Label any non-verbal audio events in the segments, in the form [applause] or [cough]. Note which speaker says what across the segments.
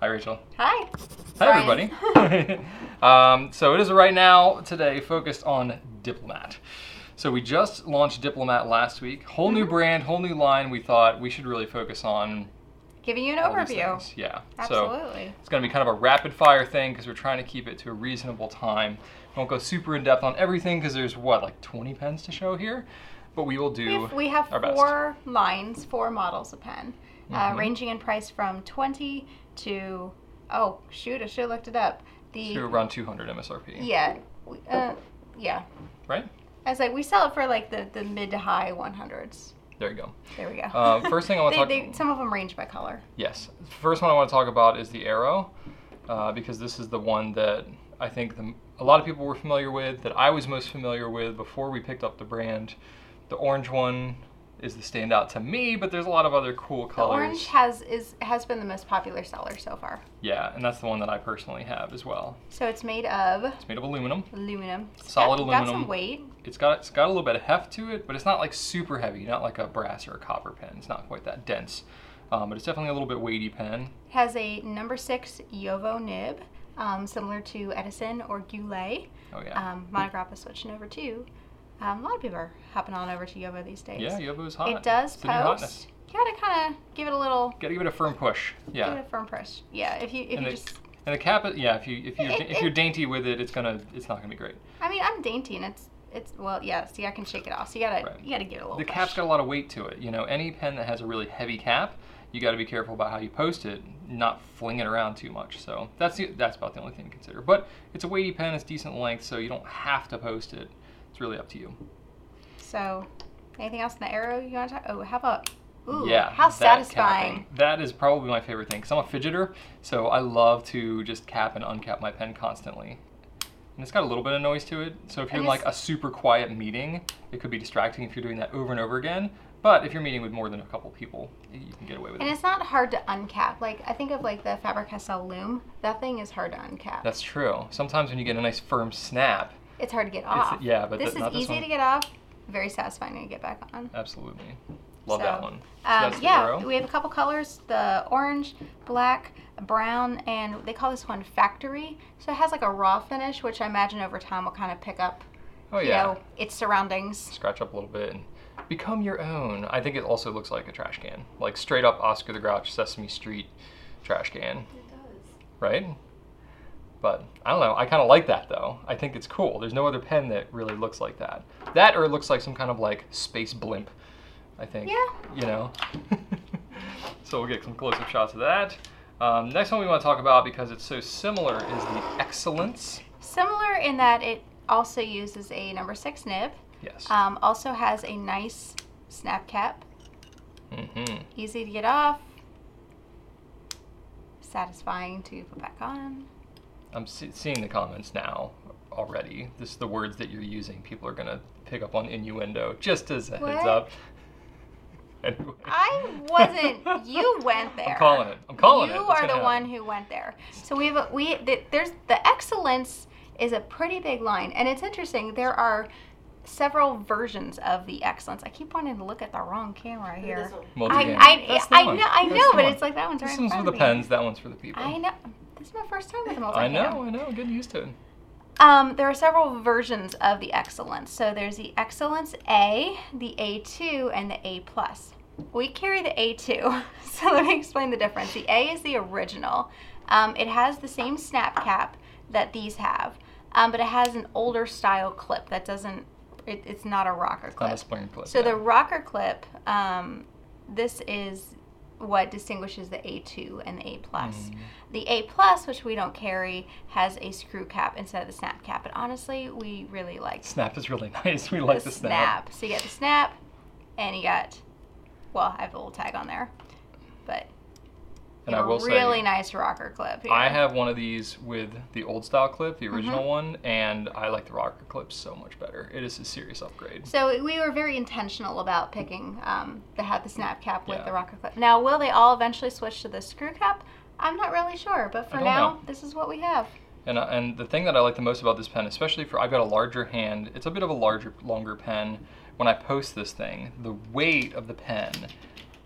Speaker 1: Rachel.
Speaker 2: Hi.
Speaker 1: Hi, everybody. [laughs] um, so it is right now today focused on Diplomat. So we just launched Diplomat last week. Whole
Speaker 2: Mm-hmm.
Speaker 1: new brand, whole new line. We thought we should really focus on
Speaker 2: [laughs] Giving you an
Speaker 1: all these
Speaker 2: overview.
Speaker 1: things. Yeah. So
Speaker 2: Absolutely.
Speaker 1: it's going to be kind of a rapid fire thing because we're trying to keep it to a reasonable time. We won't go super in depth on everything because there's what like 20 pens to show here, but we will
Speaker 2: we
Speaker 1: do.
Speaker 2: have, we have
Speaker 1: our best. Mm-hmm.
Speaker 2: four lines, four models of pen, uh, ranging in price from 20 to, oh, shoot, I should have looked it up. The,
Speaker 1: to around 200 MSRP,
Speaker 2: yeah, we- uh, yeah.
Speaker 1: right?
Speaker 2: I was like, we sell it for like the, the mid to high 100s.
Speaker 1: There you go.
Speaker 2: There we go.
Speaker 1: Uh, first thing I want
Speaker 2: [laughs] they,
Speaker 1: to talk.
Speaker 2: they, some of them range by color.
Speaker 1: Yes. First one I want to talk about is the arrow, uh, because this is the one that I think the, a lot of people were familiar with, that I was most familiar with before we picked up the brand. The orange one is the standout to me, but there's a lot of other cool
Speaker 2: The
Speaker 1: colors.
Speaker 2: orange has is has been the most popular seller so far.
Speaker 1: yeah, and that's the one that I personally have as well.
Speaker 2: So it's made of
Speaker 1: It's made of aluminum.
Speaker 2: aluminum. It's
Speaker 1: Solid
Speaker 2: got, Got
Speaker 1: aluminum.
Speaker 2: some weight.
Speaker 1: It's got it's got a little bit of heft to it, but it's not like super heavy. Not like a brass or a copper pen. It's not quite that dense, um, but it's definitely a little bit weighty pen.
Speaker 2: has a number six Yovo nib, um, similar to Edison or Goulet.
Speaker 1: Oh yeah.
Speaker 2: Um, Monograph is switching over to. Um, a lot of people are hopping on over to Yovo these days.
Speaker 1: yeah, Yovo's hot.
Speaker 2: Um, It does
Speaker 1: It's the new hotness.
Speaker 2: post. You gotta kind of give it a little,
Speaker 1: Gotta give it a firm push. Yeah.
Speaker 2: give it a firm push. Yeah, if you if
Speaker 1: and
Speaker 2: you
Speaker 1: the,
Speaker 2: just,
Speaker 1: and the cap, yeah. If you if you
Speaker 2: It- it-
Speaker 1: if you're dainty with it, it's gonna it's not gonna be great.
Speaker 2: I mean, I'm dainty and it's it's well, yeah. See, I can shake it off. So you gotta
Speaker 1: Right.
Speaker 2: you gotta give it a little.
Speaker 1: The
Speaker 2: push.
Speaker 1: cap's got a lot of weight to it. You know, any pen that has a really heavy cap, you got to be careful about how you post it, not fling it around too much. So that's the, that's about the only thing to consider. But it's a weighty pen, it's decent length, so you don't have to post it. It's really up to you.
Speaker 2: So, anything else in the arrow you wanna talk? Oh, how about? Ooh,
Speaker 1: yeah.
Speaker 2: how
Speaker 1: that
Speaker 2: satisfying.
Speaker 1: capping. That is probably my favorite thing because I'm a fidgeter, so I love to just cap and uncap my pen constantly. And it's got a little bit of noise to it, so if you're
Speaker 2: And
Speaker 1: in like a
Speaker 2: it's-
Speaker 1: super quiet meeting, it could be distracting if you're doing that over and over again. But if you're meeting with more than a couple people, y- you can get away with
Speaker 2: And
Speaker 1: it.
Speaker 2: it's not hard to uncap. Like I think of like the Faber-Castell loom. That thing is hard to uncap.
Speaker 1: That's true. Sometimes when you get a nice firm snap,
Speaker 2: it's hard to get off.
Speaker 1: yeah, but
Speaker 2: Ah, this
Speaker 1: th-
Speaker 2: is
Speaker 1: not this
Speaker 2: easy
Speaker 1: one.
Speaker 2: to get off. Very satisfying to get back on.
Speaker 1: absolutely. Love that
Speaker 2: So,
Speaker 1: one. So
Speaker 2: Um,
Speaker 1: that's the
Speaker 2: yeah,
Speaker 1: arrow.
Speaker 2: we have a couple colors: the orange, black, brown, and they call this one factory. So it has like a raw finish, which I imagine over time will kind of pick up,
Speaker 1: oh
Speaker 2: you
Speaker 1: yeah.
Speaker 2: know, its surroundings.
Speaker 1: Scratch up a little bit and become your own. I think it also looks like a trash can, like straight up Oscar the Grouch, Sesame Street trash can.
Speaker 3: It does.
Speaker 1: right? But I don't know. I kind of like that though. I think it's cool. There's no other pen that really looks like that. That or it looks like some kind of like space blimp. I think.
Speaker 2: Yeah.
Speaker 1: You know. [laughs] so we'll get some close-up shots of that. Um, next one we want to talk about because it's so similar is the excellence.
Speaker 2: Similar in that it also uses a number six nib.
Speaker 1: Yes.
Speaker 2: Um, also has a nice snap cap.
Speaker 1: mm-hmm.
Speaker 2: Easy to get off. Satisfying to put back
Speaker 1: [laughs]
Speaker 2: on.
Speaker 1: I'm se- seeing the comments now already. This is the words that you're using. People are gonna pick up on innuendo. Just as a heads
Speaker 2: What?
Speaker 1: up. [laughs] Anyway.
Speaker 2: I wasn't.
Speaker 1: [laughs]
Speaker 2: you went there.
Speaker 1: I'm calling it. I'm calling
Speaker 2: you
Speaker 1: it. It's
Speaker 2: are
Speaker 1: gonna
Speaker 2: the one
Speaker 1: happen.
Speaker 2: who went there. So we have a, we th- there's the excellence is a pretty big line, and it's interesting. There are several versions of the excellence. I keep wanting to look at the wrong camera here.
Speaker 3: This one.
Speaker 1: Multi-game.
Speaker 2: I I,
Speaker 1: That's the
Speaker 2: I
Speaker 1: one.
Speaker 2: know I
Speaker 1: That's
Speaker 2: know,
Speaker 1: the
Speaker 2: but
Speaker 1: one.
Speaker 2: it's like that one's right
Speaker 1: This
Speaker 2: in
Speaker 1: one's for
Speaker 2: front
Speaker 1: the
Speaker 2: of me.
Speaker 1: pens. That one's for the people.
Speaker 2: I know. This is my first time with a multi
Speaker 1: I know. I know. Get used to it.
Speaker 2: Um, there are several versions of the excellence. So there's the excellence A, the A2, and the A plus. We carry the A2, [laughs] so let me explain the difference. The A is the original. Um, it has the same snap cap that these have, um, but it has an older style clip that doesn't. It, it's not a rocker clip.
Speaker 1: On a spring clip.
Speaker 2: So
Speaker 1: yeah.
Speaker 2: the rocker clip, um, this is what distinguishes the A2 and the A plus.
Speaker 1: Mm.
Speaker 2: The A plus, which we don't carry, has a screw cap instead of the snap cap. And honestly, we really like
Speaker 1: snap is really [laughs] nice. We like the, snap.
Speaker 2: So you got the snap, and you got, well, I have a little tag on there, but you
Speaker 1: And I
Speaker 2: have a
Speaker 1: will say,
Speaker 2: really nice rocker clip.
Speaker 1: I
Speaker 2: here.
Speaker 1: have one of these with the old style clip, the original one, and I like the rocker clip so much better. It is a serious upgrade.
Speaker 2: So we were very intentional about picking um, the had the snap cap with
Speaker 1: Yeah.
Speaker 2: the rocker clip. Now, will they all eventually switch to the screw cap? I'm not really sure, but for
Speaker 1: don't
Speaker 2: now,
Speaker 1: know.
Speaker 2: this is what we have.
Speaker 1: And, I- and the thing that I like the most about this pen, especially for I've got a larger hand, it's a bit of a larger, longer pen. When I post this thing, the weight of the pen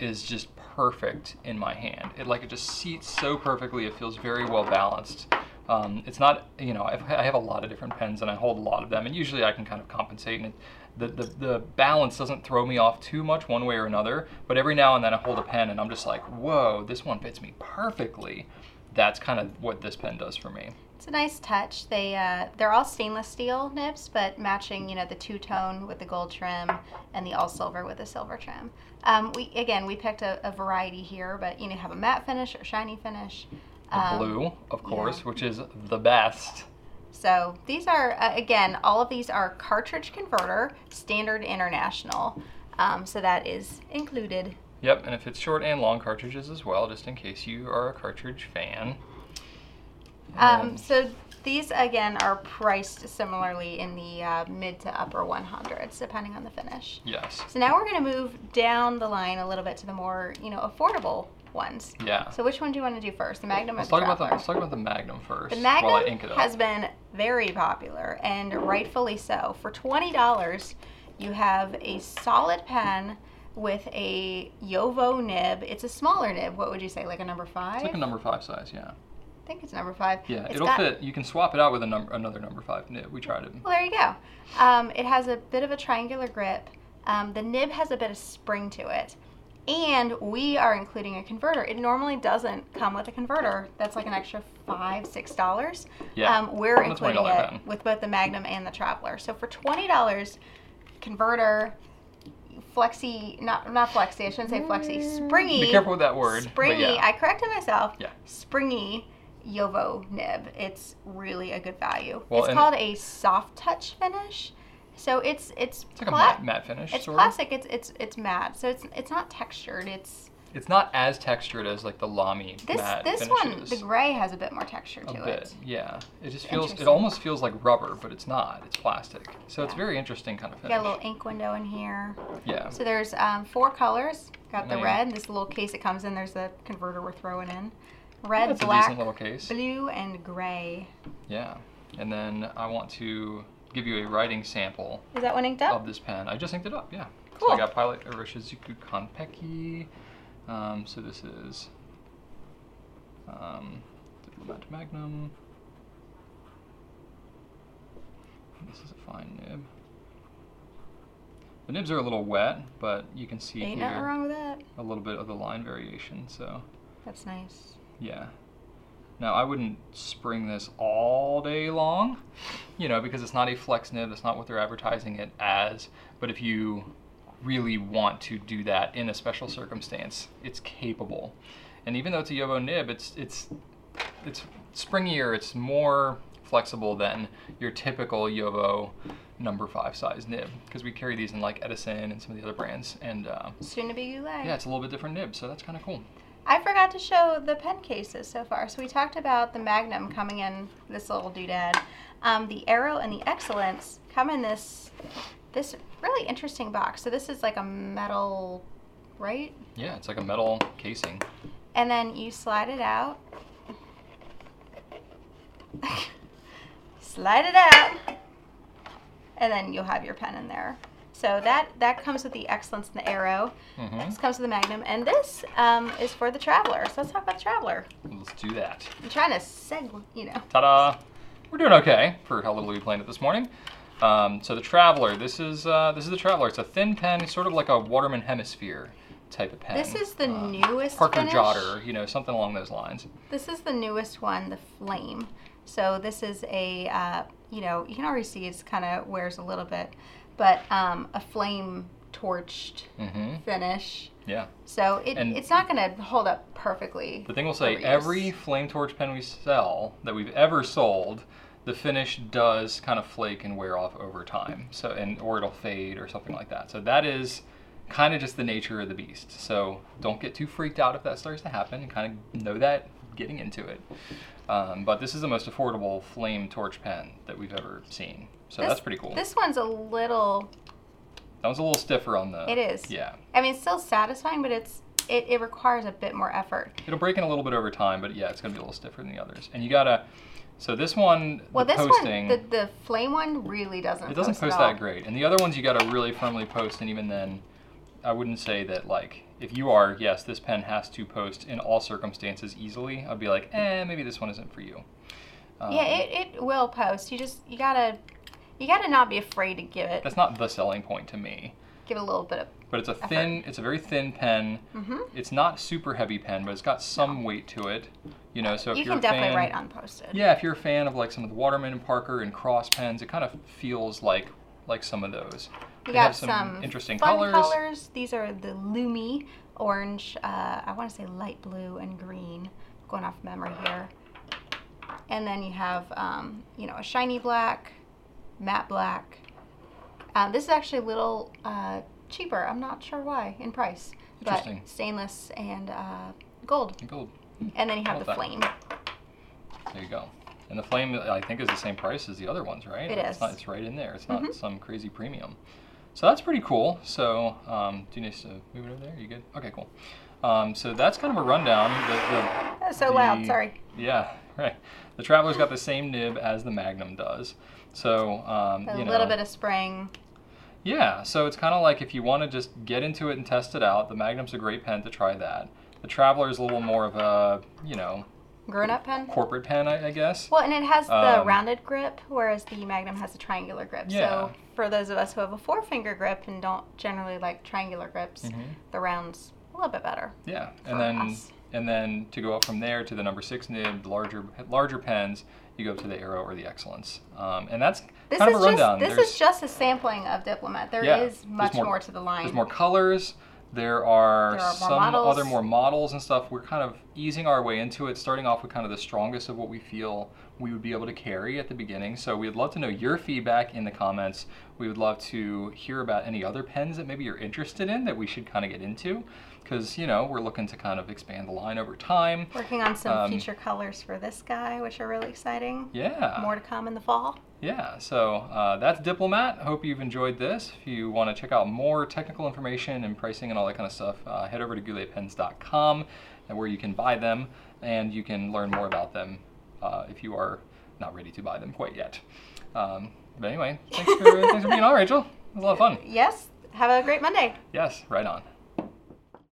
Speaker 1: is just perfect in my hand. It like it just seats so perfectly. It feels very well balanced. Um, it's not you know I've, I have a lot of different pens and I hold a lot of them and usually I can kind of compensate and it, the, the the balance doesn't throw me off too much one way or another. But every now and then I hold a pen and I'm just like whoa this one fits me perfectly. That's kind of what this pen does for me.
Speaker 2: It's a nice touch. They uh, they're all stainless steel nibs, but matching you know the two tone with the gold trim and the all silver with the silver trim. Um, we again we picked a, a variety here, but you know have a matte finish or shiny finish.
Speaker 1: The
Speaker 2: Um,
Speaker 1: blue, of course,
Speaker 2: yeah.
Speaker 1: which is the best.
Speaker 2: So these are, uh, again, all of these are cartridge converter, standard international. Um, so that is included.
Speaker 1: Yep, and it fits short and long cartridges as well, just in case you are a cartridge fan.
Speaker 2: Um,
Speaker 1: And
Speaker 2: so these, again, are priced similarly in the uh, mid to upper 100s, depending on the finish.
Speaker 1: yes,
Speaker 2: So now we're going to move down the line a little bit to the more, you know, affordable ones.
Speaker 1: yeah.
Speaker 2: So which one do you want to do first, the Magnum
Speaker 1: let's talk
Speaker 2: or the
Speaker 1: about the
Speaker 2: Traveler?
Speaker 1: let's talk about the Magnum first.
Speaker 2: The
Speaker 1: while I
Speaker 2: Magnum
Speaker 1: ink it up.
Speaker 2: has been very popular, and rightfully so. For twenty dollars, you have a solid pen with a Yovo nib. It's a smaller nib. What would you say, like a number five?
Speaker 1: It's like a number five size, yeah.
Speaker 2: I think it's number five.
Speaker 1: Yeah,
Speaker 2: It's
Speaker 1: it'll
Speaker 2: got-
Speaker 1: fit. You can swap it out with a number, another number five nib. We tried it.
Speaker 2: Well, there you go. Um, it has a bit of a triangular grip. Um, the nib has a bit of spring to it. And we are including a converter. It normally doesn't come with a converter. That's like an extra five, six dollars.
Speaker 1: Yeah,
Speaker 2: Um, we're
Speaker 1: on the
Speaker 2: including
Speaker 1: $20
Speaker 2: it
Speaker 1: pen.
Speaker 2: with both the Magnum and the Traveler. So for twenty dollars, converter, flexi, not not flexi. I shouldn't say flexi. Springy.
Speaker 1: Be careful with that word. but
Speaker 2: Springy.
Speaker 1: yeah.
Speaker 2: I corrected myself.
Speaker 1: Yeah.
Speaker 2: Springy Yovo nib. It's really a good value.
Speaker 1: Well,
Speaker 2: it's
Speaker 1: and-
Speaker 2: called a soft touch finish. So it's it's
Speaker 1: it's like a
Speaker 2: pla-
Speaker 1: matte, matte finish.
Speaker 2: it's
Speaker 1: sort of.
Speaker 2: plastic. It's it's it's matte. So it's it's not textured. It's
Speaker 1: It's not as textured as like the Lamy
Speaker 2: this
Speaker 1: matte
Speaker 2: this one
Speaker 1: finishes.
Speaker 2: the gray has a bit more texture
Speaker 1: a
Speaker 2: to
Speaker 1: bit,
Speaker 2: it.
Speaker 1: yeah. It just feels. It
Speaker 2: Interesting.
Speaker 1: almost feels like rubber, but it's not. It's plastic. So it's
Speaker 2: Yeah.
Speaker 1: very interesting kind of
Speaker 2: You
Speaker 1: finish.
Speaker 2: got a little ink window in here.
Speaker 1: yeah.
Speaker 2: So there's um, four colors. Got the
Speaker 1: Name.
Speaker 2: red. This little case it comes in. There's the converter we're throwing in. Red,
Speaker 1: That's a
Speaker 2: black,
Speaker 1: decent little case.
Speaker 2: blue, and gray.
Speaker 1: Yeah. And then I want to give you a writing sample
Speaker 2: Is that one inked up?
Speaker 1: of this pen. I just inked it up, yeah. So
Speaker 2: Cool.
Speaker 1: I got Pilot Uroshizuku Kanpeki. Um, so this is um, Diplomat Magnum. This is a fine nib. The nibs are a little wet, but you can see
Speaker 2: Ain't nothing
Speaker 1: here
Speaker 2: wrong with that.
Speaker 1: a little bit of the line variation, so.
Speaker 2: That's nice.
Speaker 1: Yeah. Now, I wouldn't spring this all day long, you know, because it's not a flex nib. That's not what they're advertising it as. But if you really want to do that in a special circumstance, it's capable. And even though it's a Yovo nib, it's it's it's springier. It's more flexible than your typical Yovo number five size nib because we carry these in like Edison and some of the other brands. And uh,
Speaker 2: Soon to be Goulet.
Speaker 1: yeah, it's a little bit different nib, so that's kind of cool.
Speaker 2: I forgot to show the pen cases so far. So we talked about the Magnum coming in this little doodad. Um, the Arrow and the Excellence come in this this really interesting box. So this is like a metal, right?
Speaker 1: Yeah, it's like a metal casing.
Speaker 2: And then you slide it out. [laughs] slide it out. And then you'll have your pen in there. So that that comes with the Excellence and the Arrow.
Speaker 1: hmm
Speaker 2: This comes with the Magnum, and this um, is for the Traveler. So let's talk about the Traveler.
Speaker 1: Let's do that.
Speaker 2: I'm trying to seg, you know.
Speaker 1: Ta-da! We're doing okay for how little we planned it this morning. Um, so the Traveler, this is uh, this is the Traveler. It's a thin pen, sort of like a Waterman Hemisphere type of pen.
Speaker 2: This is the
Speaker 1: Uh,
Speaker 2: newest
Speaker 1: Parker
Speaker 2: finish.
Speaker 1: Jotter, you know, something along those lines.
Speaker 2: This is the newest one, the Flame. So this is a, uh, you know, you can already see it's kind of wears a little bit, but um, a flame torched
Speaker 1: hmm
Speaker 2: finish.
Speaker 1: Yeah.
Speaker 2: So it,
Speaker 1: And-
Speaker 2: it's not going to hold up perfectly.
Speaker 1: The thing we'll say,
Speaker 2: Overuse.
Speaker 1: every flame torch pen we sell that we've ever sold, the finish does kind of flake and wear off over time. So and or it'll fade or something like that. So that is kind of just the nature of the beast. So don't get too freaked out if that starts to happen. Kind of know that getting into it. Um, but this is the most affordable flame torch pen that we've ever seen. So
Speaker 2: This-
Speaker 1: that's pretty cool.
Speaker 2: This one's a little,
Speaker 1: that was a little stiffer on the.
Speaker 2: It is.
Speaker 1: Uh, Yeah.
Speaker 2: I mean, it's still satisfying, but it's it, it requires a bit more effort.
Speaker 1: It'll break in a little bit over time, but yeah, it's gonna be a little stiffer than the others. And you gotta. So this one,
Speaker 2: Well,
Speaker 1: the
Speaker 2: this
Speaker 1: posting,
Speaker 2: one, the, the flame one really doesn't.
Speaker 1: It doesn't
Speaker 2: at
Speaker 1: post
Speaker 2: all.
Speaker 1: that great. And the other ones you gotta really firmly post, and even then, I wouldn't say that like if you are yes this pen has to post in all circumstances easily. I'd be like eh maybe this one isn't for you. Um,
Speaker 2: yeah, it, it will post. You just you gotta you gotta not be afraid to give it
Speaker 1: that's not the selling point to me.
Speaker 2: give it a little bit of
Speaker 1: But it's a thin, it's a very thin pen.
Speaker 2: hmm
Speaker 1: It's not super heavy pen, but it's got some weight to it. You know, so if
Speaker 2: You
Speaker 1: you're
Speaker 2: can
Speaker 1: a
Speaker 2: definitely
Speaker 1: fan,
Speaker 2: write unposted.
Speaker 1: Yeah, if you're a fan of like some of the Waterman and Parker and Cross pens, it kind of feels like like some of those.
Speaker 2: We
Speaker 1: They
Speaker 2: got
Speaker 1: have some interesting
Speaker 2: fun
Speaker 1: colors.
Speaker 2: These are the Lumi orange. Uh, I want to say light blue and green. Going off memory here. And then you have, um, you know, a shiny black, matte black. Um, this is actually a little uh, cheaper. I'm not sure why in price, but
Speaker 1: Interesting.
Speaker 2: stainless and uh, gold.
Speaker 1: Gold.
Speaker 2: And then you have
Speaker 1: Love
Speaker 2: the
Speaker 1: that.
Speaker 2: flame.
Speaker 1: There you go. And the flame, I think, is the same price as the other ones, right?
Speaker 2: It
Speaker 1: It's, not,
Speaker 2: is.
Speaker 1: it's right in there. It's
Speaker 2: Mhm.
Speaker 1: not some crazy premium. So that's pretty cool. So um, do you need us to move it over there? You good? Okay, cool. Um, so that's kind of a rundown. The, the,
Speaker 2: That's so loud.
Speaker 1: The-
Speaker 2: Sorry.
Speaker 1: Yeah, [laughs] right. The Traveler's got the same nib as the Magnum does. So, um,
Speaker 2: A
Speaker 1: you know,
Speaker 2: little bit of spring.
Speaker 1: yeah, so it's kind of like if you want to just get into it and test it out, the Magnum's a great pen to try that. The Traveler is a little more of a, you know,
Speaker 2: Grown up pen.
Speaker 1: corporate pen, I, I guess.
Speaker 2: Well, and it has the
Speaker 1: Um,
Speaker 2: rounded grip, whereas the Magnum has a triangular grip.
Speaker 1: Yeah.
Speaker 2: So for those of us who have a four finger grip and don't generally like triangular grips,
Speaker 1: Mhm.
Speaker 2: the round's a little bit better.
Speaker 1: Yeah,
Speaker 2: for
Speaker 1: and then
Speaker 2: us.
Speaker 1: and then to go up from there to the number six nib, larger larger pens, you go up to the Arrow or the Excellence, um, and that's
Speaker 2: This
Speaker 1: kind
Speaker 2: is
Speaker 1: of a rundown.
Speaker 2: just this
Speaker 1: There's-
Speaker 2: is just a sampling of Diplomat. There is
Speaker 1: Yeah, there's
Speaker 2: much more,
Speaker 1: more-
Speaker 2: to the line.
Speaker 1: There's more colors. There are,
Speaker 2: There are more
Speaker 1: some
Speaker 2: models.
Speaker 1: other more models and stuff. We're kind of easing our way into it, starting off with kind of the strongest of what we feel we would be able to carry at the beginning. So we'd love to know your feedback in the comments. We would love to hear about any other pens that maybe you're interested in that we should kind of get into, because you know we're looking to kind of expand the line over time.
Speaker 2: Working on some
Speaker 1: um,
Speaker 2: future colors for this guy, which are really exciting.
Speaker 1: Yeah.
Speaker 2: More to come in the fall.
Speaker 1: Yeah, so uh, that's Diplomat. Hope you've enjoyed this. If you want to check out more technical information and pricing and all that kind of stuff, uh, head over to gouletpens.com uh, where you can buy them and you can learn more about them uh, if you are not ready to buy them quite yet. Um,
Speaker 2: [laughs]
Speaker 1: but anyway, thanks for, thanks for being on, Rachel. It was a lot of fun.
Speaker 2: Yes. Have a great Monday.
Speaker 1: Yes, right on.